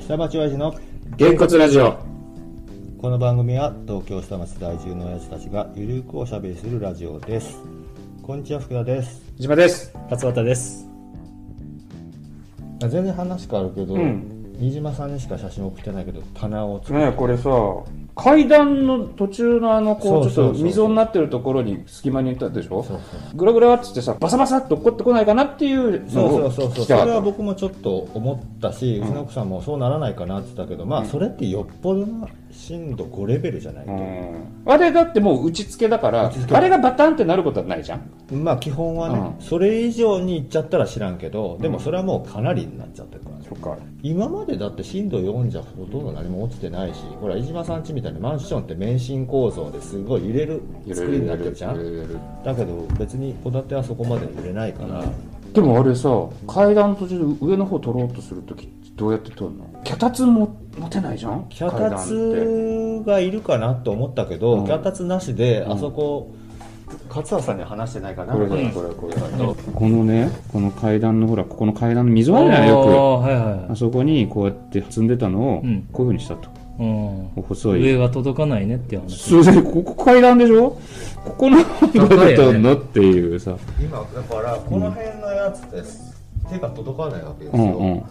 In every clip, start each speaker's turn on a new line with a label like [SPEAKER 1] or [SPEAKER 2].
[SPEAKER 1] 下町親父の
[SPEAKER 2] げんこつラジオ
[SPEAKER 1] この番組は東京下町在住の親父たちがゆるくおしゃべりするラジオですこんにちは福田です
[SPEAKER 2] 島です
[SPEAKER 3] 勝俣です
[SPEAKER 1] 全然話変わるけど、
[SPEAKER 2] うん
[SPEAKER 1] 飯島さんにしか写真送ってないけど棚を作る、
[SPEAKER 2] ねえこれさ階段の途中のあのこう
[SPEAKER 1] そう
[SPEAKER 2] ち
[SPEAKER 1] そう
[SPEAKER 2] ょ
[SPEAKER 1] そう
[SPEAKER 2] っと溝になってるところに隙間にいたでしょ
[SPEAKER 1] そう
[SPEAKER 2] グラグラっつってさバサバサっと落っこってこないかなっていうの
[SPEAKER 1] そう
[SPEAKER 2] を
[SPEAKER 1] そうそうそ
[SPEAKER 2] 聞
[SPEAKER 1] う
[SPEAKER 2] きた
[SPEAKER 1] それ
[SPEAKER 2] か
[SPEAKER 1] は
[SPEAKER 2] った
[SPEAKER 1] 僕もちょっと思ったし、うちの奥さんもそうならないかなって言ったけどまあそれってよっぽどな震度5レベルじゃないと、
[SPEAKER 2] うんあれだってもう打ち付けだから
[SPEAKER 1] 打ち付け
[SPEAKER 2] あれがバタンってなることはないじゃん
[SPEAKER 1] まあ基本はね、
[SPEAKER 2] う
[SPEAKER 1] それ以上にいっちゃったら知らんけどでもそれはもうかなりになっちゃってるからね
[SPEAKER 2] そっか
[SPEAKER 1] 今までだって震度4じゃほとんど何も落ちてないしほら飯島さん家みたいにマンションって免震構造ですごい揺れる作りになってるじゃ
[SPEAKER 2] 揺
[SPEAKER 1] ん
[SPEAKER 2] れる揺れる
[SPEAKER 1] だけど別に戸建てはそこまで揺れないから、
[SPEAKER 2] でもあれさ階段途中で上の方取ろうとするときどうやって取るの脚立も持てないじゃん
[SPEAKER 1] 脚
[SPEAKER 2] 階段って
[SPEAKER 1] 立がいるかなと思ったけど、
[SPEAKER 2] うん
[SPEAKER 1] 脚立なしで
[SPEAKER 2] うん
[SPEAKER 1] あそこ、勝田さんには話してないかな
[SPEAKER 2] これ
[SPEAKER 1] こ
[SPEAKER 2] こ
[SPEAKER 1] れ
[SPEAKER 2] れこれこれこのねこの階段のほらここの階段の溝あるじゃない
[SPEAKER 3] あー
[SPEAKER 2] よ
[SPEAKER 3] はい
[SPEAKER 2] くあ
[SPEAKER 3] は
[SPEAKER 2] そこにこうやって積んでたのを
[SPEAKER 3] うん
[SPEAKER 2] こういうふうにしたと、
[SPEAKER 3] い、うん、
[SPEAKER 2] 細い
[SPEAKER 3] 上が届かないねっていう話
[SPEAKER 2] すいませんここ階段でしょここのどうだったのっていうさ、
[SPEAKER 1] 今だからこの辺のやつです、手が届かないわけです
[SPEAKER 2] う
[SPEAKER 1] よ、
[SPEAKER 2] んうん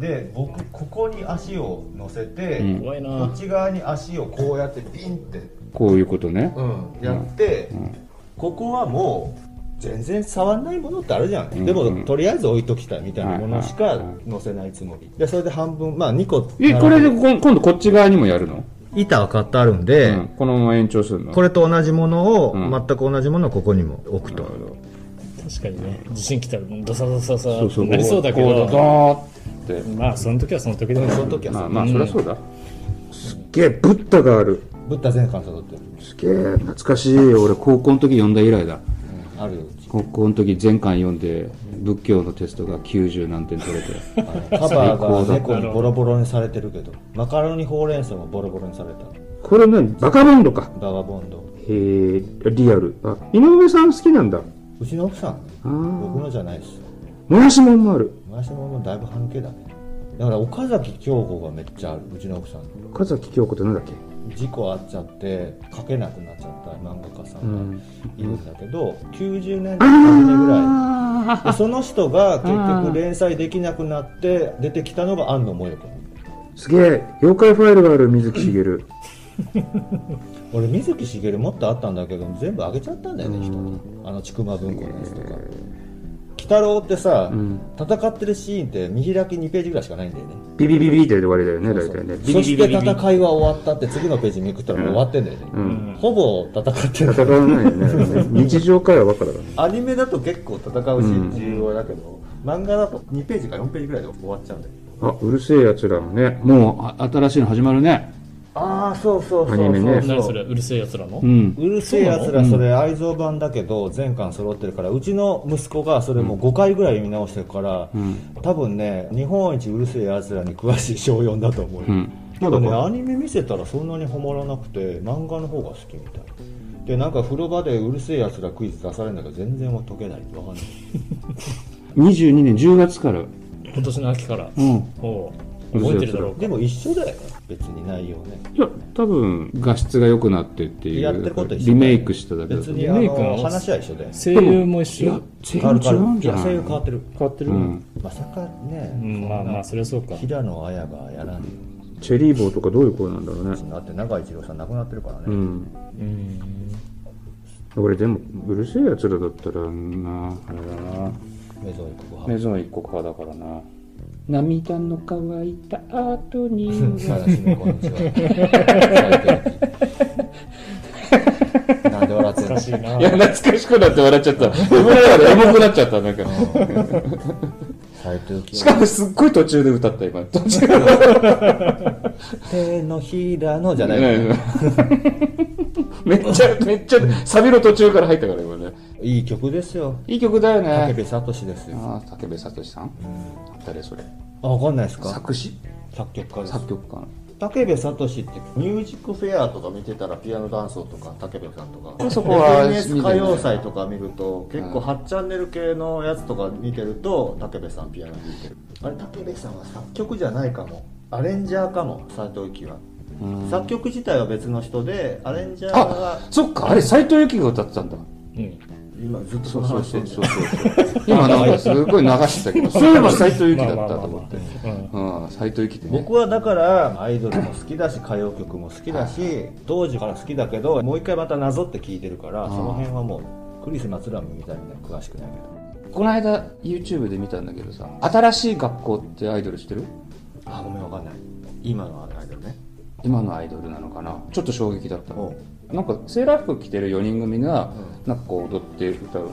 [SPEAKER 1] で僕ここに足を乗せて、
[SPEAKER 2] うん
[SPEAKER 3] 怖いな
[SPEAKER 1] こっち側に足をこうやってビンって、
[SPEAKER 2] こういうことね
[SPEAKER 1] うん、やって、
[SPEAKER 2] ん
[SPEAKER 1] ここはもう全然触んないものってあるじゃん、
[SPEAKER 2] んうん
[SPEAKER 1] でもとりあえず置いときたいみたいなものし
[SPEAKER 2] はい
[SPEAKER 1] か
[SPEAKER 2] はいは
[SPEAKER 1] 乗せないつもりでそれで半分まあ2個
[SPEAKER 2] えこれでこん今度こっち側にもやるの、
[SPEAKER 1] 板は買ってあるんで、
[SPEAKER 2] うん、このまま延長するの
[SPEAKER 1] これと同じものを、
[SPEAKER 2] うん
[SPEAKER 1] 全く同じものをここにも置く
[SPEAKER 2] な
[SPEAKER 1] と
[SPEAKER 2] るほど
[SPEAKER 3] 確かにね地震来たらドサドサドサ
[SPEAKER 2] そうそう
[SPEAKER 3] なりそうだけ
[SPEAKER 2] こ
[SPEAKER 3] ど
[SPEAKER 2] うドーって
[SPEAKER 3] まあその時はその時でも
[SPEAKER 1] その時は
[SPEAKER 2] ま
[SPEAKER 1] さ、
[SPEAKER 2] あまあ
[SPEAKER 3] うん
[SPEAKER 2] そりゃそうだ、すっげえブッダがある
[SPEAKER 1] ブッダ全巻揃ってる、
[SPEAKER 2] すげえ懐かしいよ俺高校の時読んだ以来だ
[SPEAKER 1] うんあるよ
[SPEAKER 2] 高校の時全巻読んで仏教のテストが90何点取れて
[SPEAKER 1] あのカバーが猫にボロボロにされてるけどマカロニほうれん草もボロボロにされた
[SPEAKER 2] これ何バカボンドか
[SPEAKER 1] バガボンド
[SPEAKER 2] へえリアルあ井上さん好きなんだ
[SPEAKER 1] うちの奥さんね
[SPEAKER 2] あ
[SPEAKER 1] 僕
[SPEAKER 2] ー
[SPEAKER 1] のじゃないですよ
[SPEAKER 2] もやしもんもある
[SPEAKER 1] 回し物もだいぶ半径だねだから岡崎京子がめっちゃあるうちの奥さん
[SPEAKER 2] 岡崎京子ってなんだっけ
[SPEAKER 1] 事故あっちゃって書けなくなっちゃった漫画家さん
[SPEAKER 2] ん
[SPEAKER 1] がいるんだけど、90年代の初めぐらい
[SPEAKER 2] あ
[SPEAKER 1] でその人が結
[SPEAKER 2] あ
[SPEAKER 1] 局
[SPEAKER 2] ー
[SPEAKER 1] 連載できなくなって出てきたのが庵野萌子
[SPEAKER 2] ーすげえ妖怪ファイルがある水木しげる
[SPEAKER 1] 俺水木しげるもっとあったんだけど全部あげちゃったんだよね人にあの千曲文庫のやつとか鬼太郎ってさ、
[SPEAKER 2] うん
[SPEAKER 1] 戦ってるシーンって見開き2ページぐらいしかないんだよね
[SPEAKER 2] ビビビビって終わりだよね大体ねビ
[SPEAKER 1] そ
[SPEAKER 2] ビ
[SPEAKER 1] し
[SPEAKER 2] ビ
[SPEAKER 1] て
[SPEAKER 2] ビビビ
[SPEAKER 1] 戦いは終わったって次のページめくったらもう終わってんだよね、
[SPEAKER 2] うん
[SPEAKER 1] ほぼ戦って
[SPEAKER 2] 戦
[SPEAKER 1] る
[SPEAKER 2] わないよ ね日常会話ばっかだからね
[SPEAKER 1] アニメだと結構戦うシーン重要だけど、漫画だと2ページか4ページぐらいで終わっちゃうんだよ
[SPEAKER 2] あうるせえやつらもねもうあ新しいの始まるね
[SPEAKER 1] ああそうそうそう
[SPEAKER 2] アニメね
[SPEAKER 3] 何それうるせえやつらの、
[SPEAKER 2] うん
[SPEAKER 1] うるせえやつらそれ愛蔵版だけど全巻揃ってるからうちの息子がそれもう5回ぐらい読み直してるから、
[SPEAKER 2] うん
[SPEAKER 1] 多分ね日本一うるせえやつらに詳しい小4だと思うよ、
[SPEAKER 2] うん
[SPEAKER 1] ただねアニメ見せたらそんなにハマらなくて漫画の方が好きみたいでなんか風呂場でうるせえやつらクイズ出されるんだけど全然解けないわかんない
[SPEAKER 2] 22年10月から
[SPEAKER 3] 今年の秋から、
[SPEAKER 2] うん
[SPEAKER 3] おう
[SPEAKER 2] うるせえやつら
[SPEAKER 3] 覚えてるだろう
[SPEAKER 1] でも一緒だよね別に内容ね
[SPEAKER 2] いや多分画質が良くなってっていう
[SPEAKER 1] やってること一緒だよね
[SPEAKER 2] リメイクしただけだ
[SPEAKER 1] 別
[SPEAKER 2] と
[SPEAKER 1] にあ
[SPEAKER 3] リメイク
[SPEAKER 1] の
[SPEAKER 3] の
[SPEAKER 1] 話は一緒だよ
[SPEAKER 3] 声優も一
[SPEAKER 2] いや
[SPEAKER 3] 緒
[SPEAKER 2] 全
[SPEAKER 1] 変わる
[SPEAKER 2] 然違うんじ
[SPEAKER 1] 変
[SPEAKER 2] ゃ
[SPEAKER 1] わる
[SPEAKER 2] ない
[SPEAKER 1] 声優変わってる
[SPEAKER 3] 変わってる、
[SPEAKER 2] うん
[SPEAKER 1] まさかね、
[SPEAKER 3] うんまあまあそれはそうか
[SPEAKER 1] 平野綾がやらん
[SPEAKER 2] チェリーボーとかどういう声なんだろうね
[SPEAKER 1] だって中一郎さん亡くなってるからね、
[SPEAKER 2] うん
[SPEAKER 3] うん
[SPEAKER 2] 俺でもうるせえやつらだったらなあれだな
[SPEAKER 1] メゾン一国
[SPEAKER 2] メゾン一国派だからな涙の乾いた後に
[SPEAKER 1] さだしめこんにちは なんで笑ってん
[SPEAKER 3] 難しい
[SPEAKER 1] の
[SPEAKER 3] ない
[SPEAKER 2] や懐かしくなって笑っちゃった自分らでエモくなっちゃったなんか
[SPEAKER 1] 斎藤清
[SPEAKER 2] しかもすっごい途中で歌った今途中
[SPEAKER 1] 手のひらのじゃない
[SPEAKER 2] ね
[SPEAKER 1] い
[SPEAKER 2] めっちゃめっちゃサビの途中から入ったから今ね
[SPEAKER 1] い曲ですよ
[SPEAKER 2] いい曲だよ
[SPEAKER 1] 武
[SPEAKER 2] ね
[SPEAKER 1] 部聡ですよ
[SPEAKER 2] ああ武部聡さん誰それ
[SPEAKER 1] あわかんないですか
[SPEAKER 2] 作詞
[SPEAKER 1] 作曲家です
[SPEAKER 2] 作曲家
[SPEAKER 1] 武部聡ってミュージックフェアとか見てたらピアノダンスとか武部さんとか
[SPEAKER 2] そこは
[SPEAKER 1] FNS 歌謡祭とか見ると結構8チャンネル系のやつとか見てると武部さんピアノ弾いてるあれ武部さんは作曲じゃないかもアレンジャーかも斎藤由貴は、
[SPEAKER 2] うん
[SPEAKER 1] 作曲自体は別の人でアレンジャー
[SPEAKER 2] あ
[SPEAKER 1] が
[SPEAKER 2] そっかあれ斎藤由貴が歌ってたんだ
[SPEAKER 3] うん
[SPEAKER 1] 今ずっとそ
[SPEAKER 2] そう
[SPEAKER 1] の
[SPEAKER 2] そ
[SPEAKER 1] 話し
[SPEAKER 2] う
[SPEAKER 1] て
[SPEAKER 2] そ
[SPEAKER 1] る
[SPEAKER 2] う
[SPEAKER 1] だよ
[SPEAKER 2] んそうそう今なんかすごい流してたけどそういえば斎藤由貴だったと思って
[SPEAKER 3] まあまあまあうん
[SPEAKER 2] うん斎藤由貴ってね
[SPEAKER 1] 僕はだからアイドルも好きだし歌謡曲も好きだし当時から好きだけどもう一回またなぞって聞いてるから
[SPEAKER 2] うん
[SPEAKER 1] その辺はもうクリス・マツラムみたいには詳しくないけど
[SPEAKER 2] この間 YouTube で見たんだけどさ新しい学校ってアイドルしてる
[SPEAKER 1] あごめんわかんない今のアイドルね
[SPEAKER 2] 今のアイドルなのかなちょっと衝撃だった
[SPEAKER 1] おう
[SPEAKER 2] なんかセーラー服着てる4人組が
[SPEAKER 1] う
[SPEAKER 2] なんかこう踊って歌う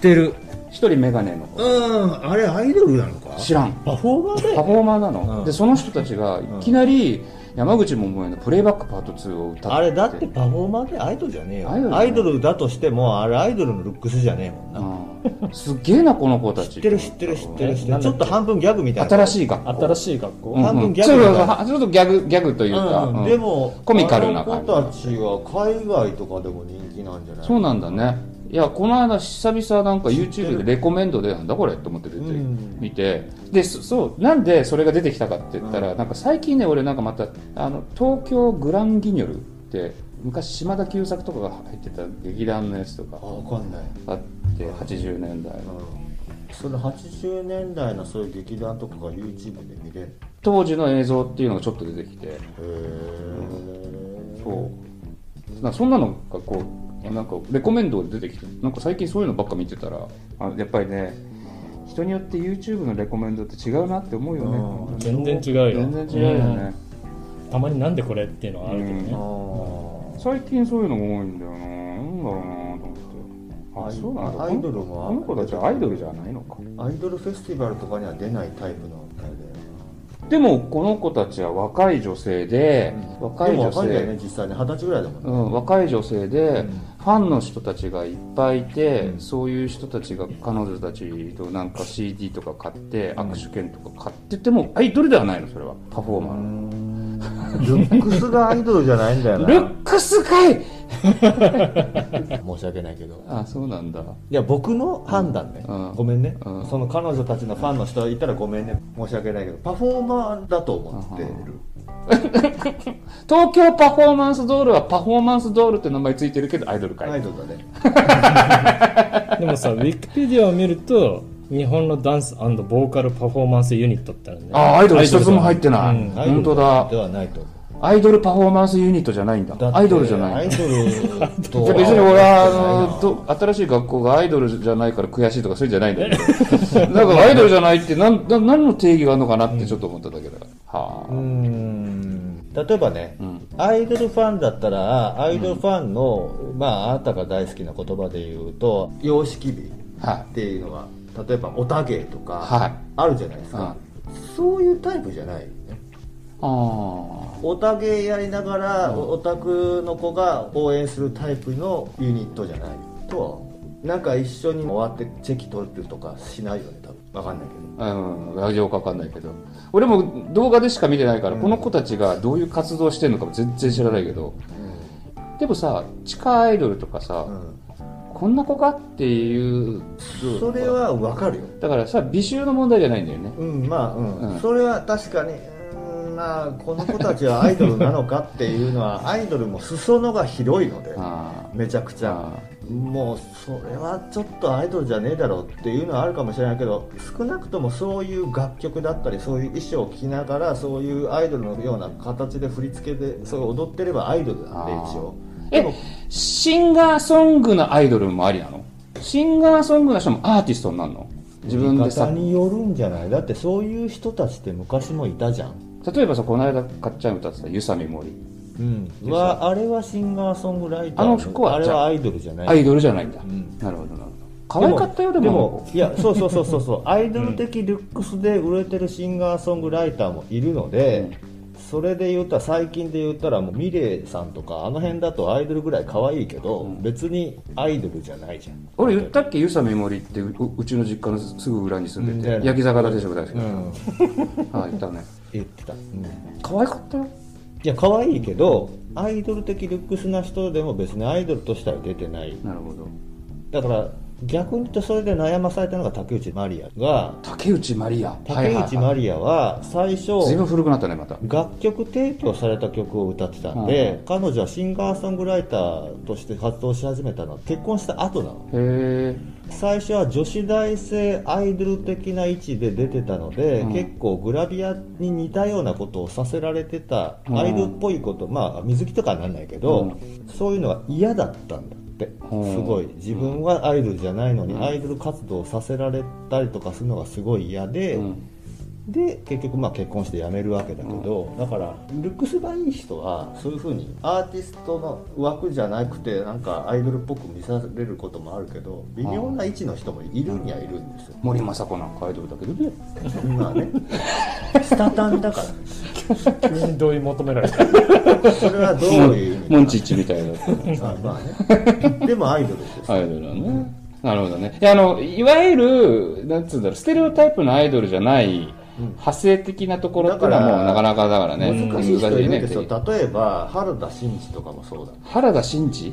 [SPEAKER 3] てる
[SPEAKER 2] 一人メガネの子
[SPEAKER 1] うんあれアイドルなのか
[SPEAKER 2] 知らん
[SPEAKER 1] パフォーマーだ
[SPEAKER 2] パ
[SPEAKER 1] よ
[SPEAKER 2] フォーマーなの、
[SPEAKER 1] うん
[SPEAKER 2] でその人たちがいきなり山口百恵の「プレイバックパート2」を歌って
[SPEAKER 1] あれだってパフォーマーでアイドルじゃねえよ
[SPEAKER 2] アイドルじゃない
[SPEAKER 1] アイドルだとしてもあれアイドルのルックスじゃねえもんな
[SPEAKER 2] うんすっげえなこの子たち
[SPEAKER 1] 知ってる知ってる知ってる知って
[SPEAKER 3] な
[SPEAKER 1] る
[SPEAKER 3] ん
[SPEAKER 1] ち
[SPEAKER 3] だ
[SPEAKER 1] ょ
[SPEAKER 3] っ
[SPEAKER 1] っ
[SPEAKER 3] け
[SPEAKER 1] と半分ギャグみたいな
[SPEAKER 2] 新しい学校
[SPEAKER 3] 新しい学校、
[SPEAKER 2] うんうん
[SPEAKER 1] 半分ギャグみたいな
[SPEAKER 2] そうそうちょっとギャグギャグというか、
[SPEAKER 1] うん
[SPEAKER 2] うん
[SPEAKER 1] でも
[SPEAKER 2] コミカルな
[SPEAKER 1] あの
[SPEAKER 2] 感じ
[SPEAKER 1] 子たちは海外とかでも人気なんじゃない
[SPEAKER 2] そうなんだねいやこの間久々なんか
[SPEAKER 1] 知って
[SPEAKER 2] YouTube
[SPEAKER 1] る
[SPEAKER 2] でレコメンドでなんだこれと思って出て
[SPEAKER 1] うん
[SPEAKER 2] 見てでそそうなんでそれが出てきたかって言ったら、
[SPEAKER 1] う
[SPEAKER 2] なんか最近ね俺なんかまたあの東京グランギニョルって昔島田久作とかが入ってた劇団のやつとか
[SPEAKER 1] あわかんない、
[SPEAKER 2] あって80年代
[SPEAKER 1] うん、それ80年代のそういう劇団とかが YouTube で見れる
[SPEAKER 2] 当時の映像っていうのがちょっと出てきて
[SPEAKER 1] へえ
[SPEAKER 2] そうなんかそんなのがこうなんかレコメンドで出てきてなんか最近そういうのばっか見てたらあやっぱりね人によって YouTube のレコメンドって違うなって思うよね
[SPEAKER 1] うん
[SPEAKER 2] 本当
[SPEAKER 3] 全
[SPEAKER 2] に
[SPEAKER 3] 然違うよ
[SPEAKER 2] 全然違うよね、
[SPEAKER 3] たまになんでこれっていうのはあるけど
[SPEAKER 2] う
[SPEAKER 1] あ
[SPEAKER 3] ね、
[SPEAKER 2] 最近そういうのが多いんだよななんだろうなと思
[SPEAKER 1] あ
[SPEAKER 2] ってあそうなんだ
[SPEAKER 1] アイドルも
[SPEAKER 2] この子たちアイドルじゃないのか
[SPEAKER 1] あアイドルフェスティバルとかには出ないタイプの歌だよ
[SPEAKER 2] でもこの子たちは若い女性で、
[SPEAKER 1] な
[SPEAKER 2] 若い
[SPEAKER 1] でも
[SPEAKER 2] 女
[SPEAKER 1] 若いんだよね
[SPEAKER 2] 性
[SPEAKER 1] 実際ね二十歳ぐらいだもん
[SPEAKER 2] う
[SPEAKER 1] ね、
[SPEAKER 2] ん、若い女性で、
[SPEAKER 1] ん
[SPEAKER 2] ファンの人たちがいっぱいいて、
[SPEAKER 1] うん
[SPEAKER 2] そういう人たちが彼女たちとなんか CD とか買って、
[SPEAKER 1] ん
[SPEAKER 2] 握手券とか買っててもアイドルではないのそれはパフォーマーの、
[SPEAKER 1] ルックスがアイドルじゃないんだよ
[SPEAKER 2] ルックスかい
[SPEAKER 1] 申し訳ないけど
[SPEAKER 2] あそうなんだ
[SPEAKER 1] いや僕の判断ね、
[SPEAKER 2] うん
[SPEAKER 1] ごめんね、
[SPEAKER 2] うん
[SPEAKER 1] その彼女たちのファンの人がいたらごめんね申し訳ないけどパフォーマーだと思ってる、
[SPEAKER 2] 東京パフォーマンスドールはパフォーマンスドールって名前ついてるけどアイドルかい、
[SPEAKER 1] アイドルだね
[SPEAKER 3] でもさウィキペディアを見ると日本のダンスボーカルパフォーマンスユニットってあるね
[SPEAKER 2] あアイドル一つも入ってない、
[SPEAKER 3] うん
[SPEAKER 1] アイドル
[SPEAKER 2] 本当だ
[SPEAKER 1] ではないと思う
[SPEAKER 2] アイドルパフォーマンスユニットじゃないんだ
[SPEAKER 1] だって
[SPEAKER 2] アイドルじゃない
[SPEAKER 1] アイドルと
[SPEAKER 2] いや別に俺はあのど新しい学校がアイドルじゃないから悔しいとかそういうんじゃないんだ けどなんかアイドルじゃないってなんな何の定義があるのかなってちょっと思っただけ
[SPEAKER 1] う
[SPEAKER 2] だ、
[SPEAKER 1] ー
[SPEAKER 2] は
[SPEAKER 1] ん例えばね、
[SPEAKER 2] ん
[SPEAKER 1] アイドルファンだったらアイドルファンの、まああなたが大好きな言葉で言うと様式美
[SPEAKER 2] あは
[SPEAKER 1] っていうのは例えばおたげとか、
[SPEAKER 2] はい
[SPEAKER 1] あるじゃないですか、そういうタイプじゃないよね
[SPEAKER 2] いあ
[SPEAKER 1] オタ芸やりながらオタクの子が応援するタイプのユニットじゃないとは思うなんか一緒に終わってチェキ取るとかしないよね多分分かんないけ
[SPEAKER 2] あうんラジオかわかんないけど俺も動画でしか見てないから、この子たちがどういう活動してるのかも全然知らないけどでもさ地下アイドルとか
[SPEAKER 1] ど、
[SPEAKER 2] さ、
[SPEAKER 1] うん
[SPEAKER 2] こんな子かっていう
[SPEAKER 1] それは分かるよ
[SPEAKER 2] だからさ美醜の問題じゃないんだよね
[SPEAKER 1] うんまあうん、
[SPEAKER 2] うん
[SPEAKER 1] それは確かにうんまあこの子たちはアイドルなのかっていうのはアイドルも裾野が広い ので
[SPEAKER 2] あ
[SPEAKER 1] めちゃくちゃもうそれはちょっとアイドルじゃねえだろうっていうのはあるかもしれないけど少なくともそういう楽曲だったりそういう衣装を着ながらそういうアイドルのような形で振り付けでそれを踊ってればアイドルなんで
[SPEAKER 2] あー
[SPEAKER 1] 一応
[SPEAKER 2] え
[SPEAKER 1] でも
[SPEAKER 2] シンガーソングのアイドルもありなのシンガーソングの人もアーティストになるの自分で
[SPEAKER 1] 見
[SPEAKER 2] さ
[SPEAKER 1] 方によるんじゃないだってそういう人たちって昔もいたじゃん
[SPEAKER 2] 例えばさこの間かっちゃん歌ってた「ゆさみもり
[SPEAKER 1] うんはあれはシンガーソングライター
[SPEAKER 2] あの服は
[SPEAKER 1] あれ
[SPEAKER 2] じゃ
[SPEAKER 1] は
[SPEAKER 2] あ
[SPEAKER 1] アイドルじゃ」ない
[SPEAKER 2] アイドルじゃないんだ、
[SPEAKER 1] ん
[SPEAKER 2] なるほどなるほど可愛かったよでも
[SPEAKER 1] いやそうそうそうそうそう アイドル的ルックスで売れてるシンガーソングライターもいるので、それで言ったら最近で言ったらもうミレイさんとかあの辺だとアイドルぐらい可愛いけど、別にアイドルじゃないじゃん
[SPEAKER 2] 俺言ったっけゆさみもりってうううちの実家のすぐ裏に住んでて、
[SPEAKER 1] うん
[SPEAKER 2] 焼き魚定食大好き、
[SPEAKER 1] ん
[SPEAKER 2] あ言ったね
[SPEAKER 1] 言ってた、うん、い
[SPEAKER 2] 可愛かったよ
[SPEAKER 1] や可愛いけどアイドル的ルックスな人でも別にアイドルとしては出てない
[SPEAKER 2] なるほど
[SPEAKER 1] だから逆に言ってそれで悩まされたのが竹内まりやが
[SPEAKER 2] 竹内まりや
[SPEAKER 1] 竹内ま
[SPEAKER 2] り
[SPEAKER 1] りやは最初
[SPEAKER 2] 随分古くなったねまた
[SPEAKER 1] 楽曲提供された曲を歌ってたんで、彼女はシンガーソングライターとして活動し始めたのは結婚した後なの
[SPEAKER 2] へ
[SPEAKER 1] 最初は女子大生アイドル的な位置で出てたので、
[SPEAKER 2] うん
[SPEAKER 1] 結構グラビアに似たようなことをさせられてた、
[SPEAKER 2] うん
[SPEAKER 1] アイドルっぽいことまあ水着とかはなんないけど、
[SPEAKER 2] う
[SPEAKER 1] そういうのが嫌だったんだって、
[SPEAKER 2] うん
[SPEAKER 1] すごい自分はアイドルじゃないのに、
[SPEAKER 2] うん
[SPEAKER 1] アイドル活動をさせられたりとかするのがすごい嫌で、
[SPEAKER 2] え、うん、
[SPEAKER 1] で結局まあ結婚して辞めるわけだけど、だからルックスがいい人はそういうふうにアーティストの枠じゃなくてなんかアイドルっぽく見されることもあるけど微妙な位置の人もいるにはいるんですよ、
[SPEAKER 2] 森昌子なんかアイドルだけどね
[SPEAKER 1] 今 はねスタタンだから
[SPEAKER 3] 急に同意求められた
[SPEAKER 1] それはどういう意味か
[SPEAKER 2] モンチッチみたいな
[SPEAKER 1] あまあねでもアイドルです
[SPEAKER 2] アイドルだねなるほどねいやあのいわゆるなんつうんだろうステレオタイプのアイドルじゃない
[SPEAKER 1] うん
[SPEAKER 2] 派生的なところっていうのはもうなかなかだからね
[SPEAKER 1] 難しい人いるんですよ、
[SPEAKER 2] ね
[SPEAKER 1] 例えば原田真二とかもそうだ
[SPEAKER 2] 原田真二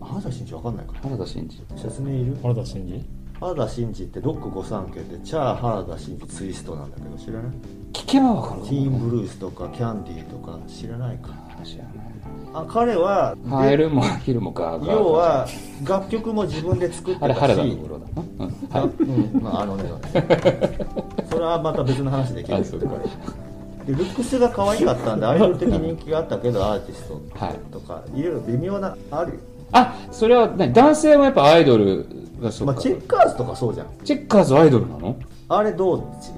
[SPEAKER 1] 原田真二わかんないか
[SPEAKER 2] 原田真二
[SPEAKER 1] ら説明いる
[SPEAKER 3] 原田真二
[SPEAKER 1] 原田真二ってロック御三家でチャー原田真二ツイストなんだけど知らない
[SPEAKER 2] 聞けばわかる
[SPEAKER 1] ティーンブルースとかキャンディーとか知らないか
[SPEAKER 2] 知ら
[SPEAKER 1] あ彼は
[SPEAKER 2] ない
[SPEAKER 1] で
[SPEAKER 2] ハエルも昼もガーガー
[SPEAKER 1] 要は楽曲も自分で作って
[SPEAKER 2] あれ
[SPEAKER 1] たし
[SPEAKER 2] 原田の頃だな、うん
[SPEAKER 1] あうんまああのね それはまた別の話できる
[SPEAKER 2] あ
[SPEAKER 1] ん
[SPEAKER 2] そ
[SPEAKER 1] で
[SPEAKER 2] うか
[SPEAKER 1] でルックスが可愛かった んでアイドル的人気があったけどアーティスト
[SPEAKER 2] はい
[SPEAKER 1] とか、い、ろいろ微妙なあるよ、
[SPEAKER 2] あそれは何男性もやっぱアイドルがそう
[SPEAKER 1] ま
[SPEAKER 2] か、
[SPEAKER 1] あ、チェッカーズとかそうじゃん
[SPEAKER 2] チェッカーズアイドルなの
[SPEAKER 1] あれどうち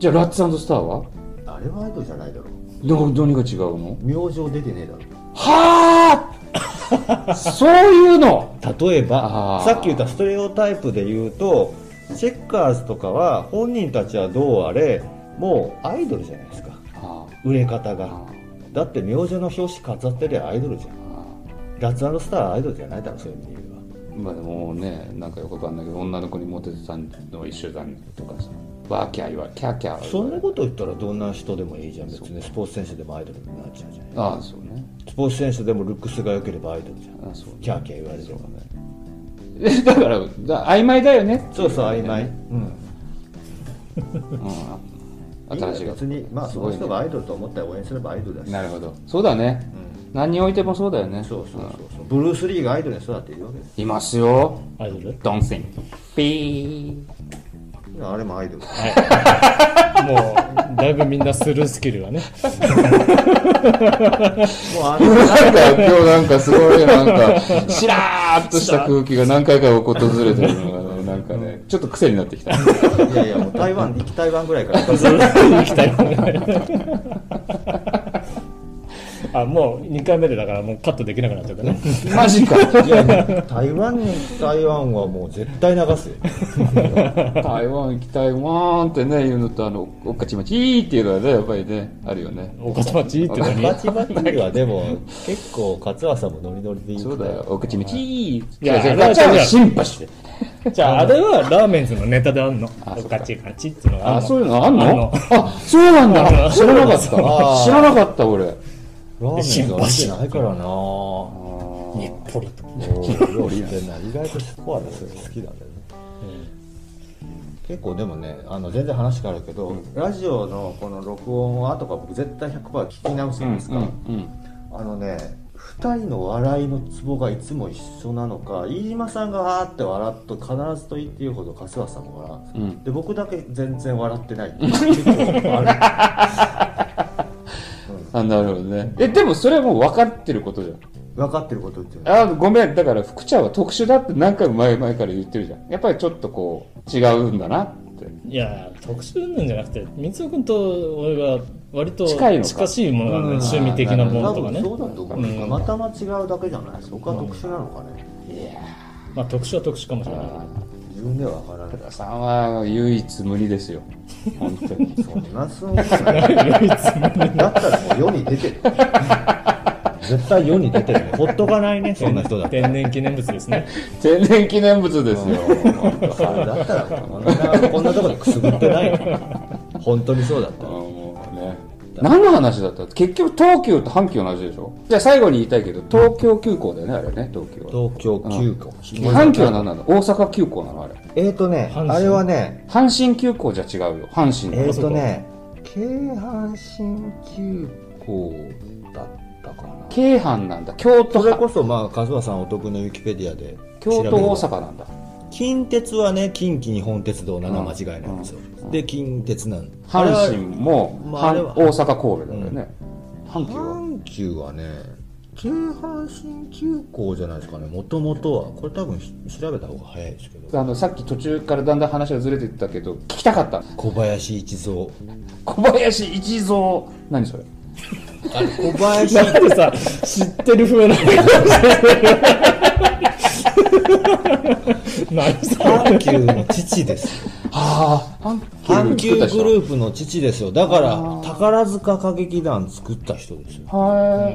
[SPEAKER 2] じゃあラッツスターは
[SPEAKER 1] あれはアイドルじゃないだろ
[SPEAKER 2] ど何が違うの
[SPEAKER 1] 明星出てねえだろ
[SPEAKER 2] はあそういうの
[SPEAKER 1] 例えば
[SPEAKER 2] あー
[SPEAKER 1] さっき言ったストレオタイプで言うとチェッカーズとかは本人たちはどうあれもうアイドルじゃないですか
[SPEAKER 2] あ
[SPEAKER 1] 売れ方
[SPEAKER 2] あ
[SPEAKER 1] が
[SPEAKER 2] あ
[SPEAKER 1] だって明星の表紙飾ってりゃアイドルじゃん
[SPEAKER 2] あ
[SPEAKER 1] ラッツスターはアイドルじゃないだろそういう意味で言
[SPEAKER 2] まあでもねなんかよくわかんないけど女の子にモテてたのは一緒だねとかさワーキャー言わキャーキャー
[SPEAKER 1] えば
[SPEAKER 2] 言
[SPEAKER 1] そ
[SPEAKER 2] わ
[SPEAKER 1] んなこと言ったらどんな人でもいいじゃん別にスポーツ選手でもアイドルになっちゃうじゃん
[SPEAKER 2] ああそうね
[SPEAKER 1] スポーツ選手でもルックスが良ければアイドルじゃん
[SPEAKER 2] あそうね
[SPEAKER 1] キャーキャー言われれば
[SPEAKER 2] えだからだ曖昧だよね
[SPEAKER 1] そうそう曖昧、うん
[SPEAKER 2] うん新しい
[SPEAKER 1] いいよ別にまあその人がアイドルと思ったら応援すればアイドルだし
[SPEAKER 2] なるほどそうだね、何においてもそうだよね
[SPEAKER 1] そうそうそうそうブルース・リーがアイドルに育っているわけです
[SPEAKER 2] いますよ
[SPEAKER 3] アイドル
[SPEAKER 2] ドンシンピ
[SPEAKER 1] あれもアイドル
[SPEAKER 3] はいもうだいぶみんなスルースキルがね
[SPEAKER 1] もうあ
[SPEAKER 2] ー
[SPEAKER 1] の
[SPEAKER 2] なんだよ今日なんかすごいなんかしらーっとした空気が何回か訪れてるのがねなんかねちょっと癖になってきた
[SPEAKER 1] いやいやもう台湾行き台湾ぐらいから
[SPEAKER 3] それ行きたいよねあもう2回目でだからもうカットできなくなっちゃった ね
[SPEAKER 2] マジか
[SPEAKER 1] いや台湾に台湾はもう絶対流すよ
[SPEAKER 2] 台湾行き台湾ってね言うのとあのおっかちまちっていうのはねやっぱりねあるよね
[SPEAKER 3] おかちまちって何
[SPEAKER 1] バチバチはでも結構勝さんもノリノリでいい
[SPEAKER 2] そうだよおっかちまちー
[SPEAKER 3] いや
[SPEAKER 2] 違う違う
[SPEAKER 3] あれは違う
[SPEAKER 2] ガチャはシンパシー
[SPEAKER 3] じゃああれはラーメンズのネタであんの
[SPEAKER 2] あそっか
[SPEAKER 3] ガチガチっていうのがあ
[SPEAKER 2] あ
[SPEAKER 3] んの
[SPEAKER 2] そういうのあん
[SPEAKER 3] あん
[SPEAKER 2] の
[SPEAKER 3] の
[SPEAKER 2] あそうなんだ知らなかった
[SPEAKER 1] あー
[SPEAKER 2] 知らなかった俺あ
[SPEAKER 1] ラーメンズは見てないからなも
[SPEAKER 2] ー
[SPEAKER 3] にっぽりと
[SPEAKER 1] う料理ってない意外とスコアですよ好きなんだよね結構でもねあの全然話変わるけど、ラジオのこの録音は後から僕絶対100%聞き直すじゃないですか、
[SPEAKER 2] うん
[SPEAKER 1] あのね2人の笑いのツボがいつも一緒なのか飯島さんがあーって笑っと必ずと言っていいほど春日さんも笑う、
[SPEAKER 2] うん
[SPEAKER 1] で僕だけ全然笑ってないっていう結 構あ
[SPEAKER 2] あなるほどねえでもそれはもう分かってることじゃん
[SPEAKER 1] る分かってることっていうのは
[SPEAKER 2] あごめんだから福ちゃんは特殊だって何回も前々から言ってるじゃんやっぱりちょっとこう違うんだなって
[SPEAKER 3] いや特殊なんじゃなくて光く君と俺が割と
[SPEAKER 2] 近いのか
[SPEAKER 3] 近しいものがあるね
[SPEAKER 1] うん
[SPEAKER 3] 趣味的なものと
[SPEAKER 1] 多
[SPEAKER 3] か
[SPEAKER 1] 分
[SPEAKER 3] ね
[SPEAKER 1] そうだと思う、
[SPEAKER 3] うん
[SPEAKER 1] またま違うだけじゃない僕は特殊なのかね、
[SPEAKER 2] いや
[SPEAKER 3] まあ特殊は特殊かもしれないけど
[SPEAKER 2] ー
[SPEAKER 1] 自分では分からない
[SPEAKER 2] 福田さんは唯一無二ですよ本当に
[SPEAKER 1] そんなすんご ないだったらもう世に出てる絶対世に出て るほっとかないねそんな人だ
[SPEAKER 3] 天然記念物ですね
[SPEAKER 2] 天然記念物ですよ
[SPEAKER 1] だったら こんなこんなとこでくすぶってないよ本当にそうだった
[SPEAKER 2] あ
[SPEAKER 1] ら
[SPEAKER 2] もうね
[SPEAKER 1] たら
[SPEAKER 2] 何の話だった結局東急と阪急の話でしょじゃあ最後に言いたいけど東京急行だよねあれね東急
[SPEAKER 1] 東
[SPEAKER 2] は
[SPEAKER 1] 京急行
[SPEAKER 2] 阪急は何なの大阪急行なのあれ
[SPEAKER 1] えーとね
[SPEAKER 3] 阪神
[SPEAKER 1] あれはね
[SPEAKER 2] 阪神急行じゃ違うよ阪神の
[SPEAKER 1] えーとね京阪神急行だったかな
[SPEAKER 2] 京阪なんだ京都
[SPEAKER 1] それ
[SPEAKER 2] 派
[SPEAKER 1] こそまあ春日さんお得のウィキペディアで
[SPEAKER 2] 京
[SPEAKER 1] 調
[SPEAKER 2] 都
[SPEAKER 1] べれば
[SPEAKER 2] 大阪なんだ
[SPEAKER 1] 近鉄はね近畿日本鉄道なのは間違いないんですよ、
[SPEAKER 2] うんうん
[SPEAKER 1] で近鉄なん
[SPEAKER 2] 阪神も、
[SPEAKER 1] まああれは
[SPEAKER 2] 阪大阪神戸だよね、阪急は
[SPEAKER 1] 阪急はね京阪神急行じゃないですかねもともとはこれ多分ひ調べた方が早いですけど
[SPEAKER 2] あのさっき途中からだんだん話がずれてったけど聞きたかった
[SPEAKER 1] 小林一三
[SPEAKER 2] 小林一三何それ
[SPEAKER 1] あれ小林
[SPEAKER 3] なんでさ、知ってる風な感じで何それ
[SPEAKER 1] 阪急の父ですよ
[SPEAKER 2] ああ
[SPEAKER 1] 阪
[SPEAKER 2] 阪
[SPEAKER 1] 急
[SPEAKER 2] 急
[SPEAKER 1] グル
[SPEAKER 2] グループ
[SPEAKER 1] ープの父ですよだから宝塚歌劇団作った人ですよ
[SPEAKER 2] は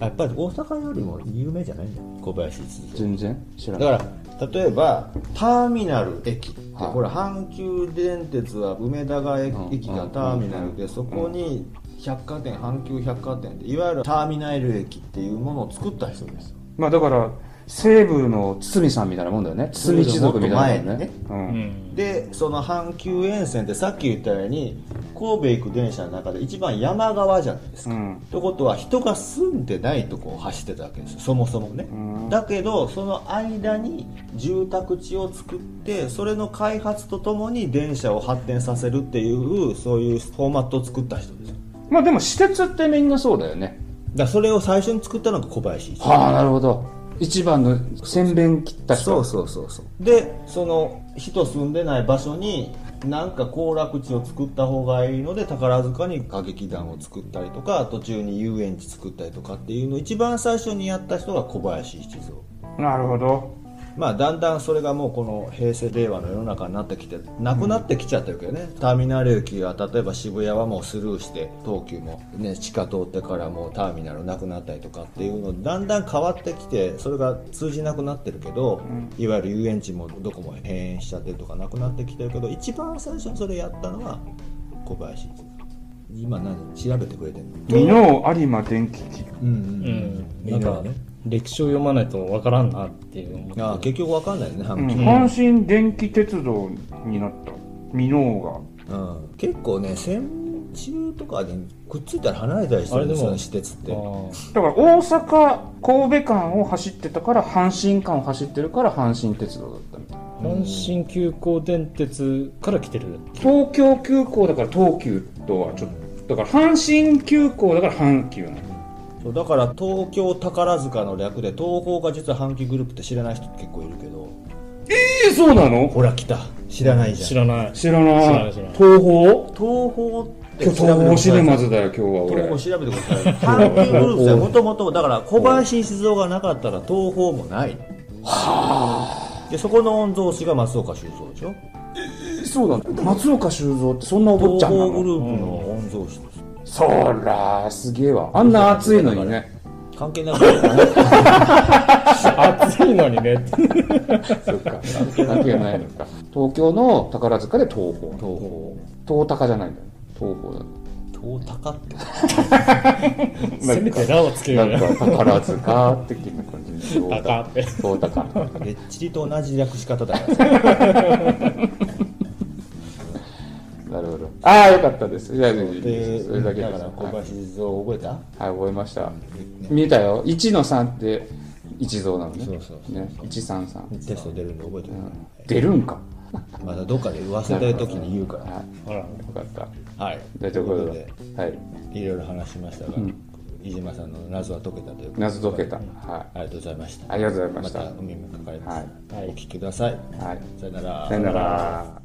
[SPEAKER 1] やっぱり大阪よりも有名じゃないんだよ小林一
[SPEAKER 2] い
[SPEAKER 1] 三
[SPEAKER 2] 全然知らない
[SPEAKER 1] だから例えばターミナル駅って
[SPEAKER 2] はい
[SPEAKER 1] これ阪急電鉄は梅田が駅
[SPEAKER 2] うん
[SPEAKER 1] 駅がターミナルでそこに百貨店阪急百貨店っていわゆるターミナル駅っていうものを作った人です
[SPEAKER 2] まあだから西武の堤さんみたいなもんだよね堤一族みたいなもんね
[SPEAKER 3] う
[SPEAKER 2] うん
[SPEAKER 3] ん
[SPEAKER 1] でその阪急沿線ってさっき言ったように神戸行く電車の中で一番山側じゃないですか、
[SPEAKER 2] うん
[SPEAKER 1] ってことは人が住んでないとこを走ってたわけですよそもそもね、
[SPEAKER 2] うん
[SPEAKER 1] だけどその間に住宅地を作ってそれの開発とともに電車を発展させるっていうそういうフォーマットを作った人ですだか
[SPEAKER 2] まあでも私鉄ってみんなそうだよね
[SPEAKER 1] らそれを最初に作ったのが小林一
[SPEAKER 2] はあなるほど一番の宣伝切った人
[SPEAKER 1] そうそうそうそうでその人住んでない場所になんか行楽地を作った方がいいので宝塚に歌劇団を作ったりとか途中に遊園地作ったりとかっていうのを一番最初にやった人が小林一三
[SPEAKER 2] なるほど
[SPEAKER 1] まあだんだんそれがもうこの平成令和の世の中になってきてなくなってきちゃってるけどね、ターミナル駅は例えば渋谷はもうスルーして東急もね地下通ってからもうターミナルなくなったりとかっていうのだんだん変わってきてそれが通じなくなってるけど、いわゆる遊園地もどこも閉園しちゃってるとかなくなってきてるけど一番最初にそれやったのは小林今何調べてくれてるの
[SPEAKER 2] 箕面有馬電気機
[SPEAKER 1] うんう
[SPEAKER 3] う
[SPEAKER 1] んん
[SPEAKER 3] なんか歴史を読まないとわからんなっていう思って
[SPEAKER 1] ああ結局わかんないよね
[SPEAKER 2] うん
[SPEAKER 1] 阪急
[SPEAKER 2] 阪神電気鉄道になった箕面が
[SPEAKER 1] うん、結構ね線中とかでくっついたら離れたりしてるんですよ
[SPEAKER 3] あ
[SPEAKER 1] ね
[SPEAKER 3] れでも
[SPEAKER 1] 私鉄って
[SPEAKER 2] だ
[SPEAKER 3] あ
[SPEAKER 2] から大阪神戸間を走ってたから阪神間を走ってるから阪神鉄道だったみたいな
[SPEAKER 3] ー阪神急行電鉄から来てる
[SPEAKER 2] 東京急行だから東急とはちょっとだから阪神急行だから阪急なの
[SPEAKER 1] そうだから東京宝塚の略で東宝が実は阪急グループって知らない人結構いるけど
[SPEAKER 2] えー、そうなの
[SPEAKER 1] ほら来た知らないじゃん
[SPEAKER 3] 知らない
[SPEAKER 2] 知らな
[SPEAKER 3] 知らないい知らな
[SPEAKER 2] 東
[SPEAKER 3] い
[SPEAKER 2] 宝
[SPEAKER 1] 東宝って
[SPEAKER 2] 今日東宝シネマズ
[SPEAKER 1] だ
[SPEAKER 2] だよ今日は
[SPEAKER 1] 東
[SPEAKER 2] 俺
[SPEAKER 1] 宝調べてください阪急グループってもともとだから小林静雄がなかったら東宝もないでそこの御曹司が松岡修造でしょ
[SPEAKER 2] そうだ松岡修造ってそんなお坊ち
[SPEAKER 1] 東
[SPEAKER 2] ゃんな
[SPEAKER 1] 宝グル
[SPEAKER 2] の
[SPEAKER 1] ープの御曹司です
[SPEAKER 2] そらすげえわあんな熱いのにね
[SPEAKER 1] 関係な くないかな
[SPEAKER 3] 暑いの にね
[SPEAKER 2] そっか関係ないのか東京の宝塚で東宝
[SPEAKER 1] 東宝
[SPEAKER 2] 東宝じゃないんだよ東宝だ
[SPEAKER 1] 東高って
[SPEAKER 3] せめてラをつけ
[SPEAKER 2] な
[SPEAKER 3] るよ
[SPEAKER 2] んか宝塚的な感じの
[SPEAKER 3] バカって
[SPEAKER 2] そうだか
[SPEAKER 1] レッチリと同じ略し方だからさ
[SPEAKER 2] なるほどああよかったですいやいやいや
[SPEAKER 1] で
[SPEAKER 2] それだけで
[SPEAKER 1] だ
[SPEAKER 2] す
[SPEAKER 1] から小
[SPEAKER 2] はい、はい、
[SPEAKER 1] 林静雄覚えた、
[SPEAKER 2] 覚えました
[SPEAKER 1] ね、
[SPEAKER 2] 見えたよ1の3って一蔵なのね
[SPEAKER 1] そうそうそう
[SPEAKER 2] ね133、
[SPEAKER 1] テスト出るんで覚えて
[SPEAKER 2] う
[SPEAKER 1] る、
[SPEAKER 2] ん、出るんか
[SPEAKER 1] まだどっかで言わせたい時に言うから
[SPEAKER 2] は
[SPEAKER 3] ほら
[SPEAKER 2] いよかった
[SPEAKER 1] はい
[SPEAKER 2] 大丈
[SPEAKER 1] という
[SPEAKER 2] 夫
[SPEAKER 1] ことで
[SPEAKER 2] はい
[SPEAKER 1] いろいろ話しましたが、
[SPEAKER 2] うん
[SPEAKER 1] 飯島さんの謎は解けたということで
[SPEAKER 2] 謎解けたは
[SPEAKER 1] ありがとうございました
[SPEAKER 2] いありがとうございま
[SPEAKER 1] ま
[SPEAKER 2] した
[SPEAKER 1] たお耳にかかります、
[SPEAKER 2] はい
[SPEAKER 1] お聞きください、
[SPEAKER 2] はい
[SPEAKER 1] さよなら
[SPEAKER 2] さよなら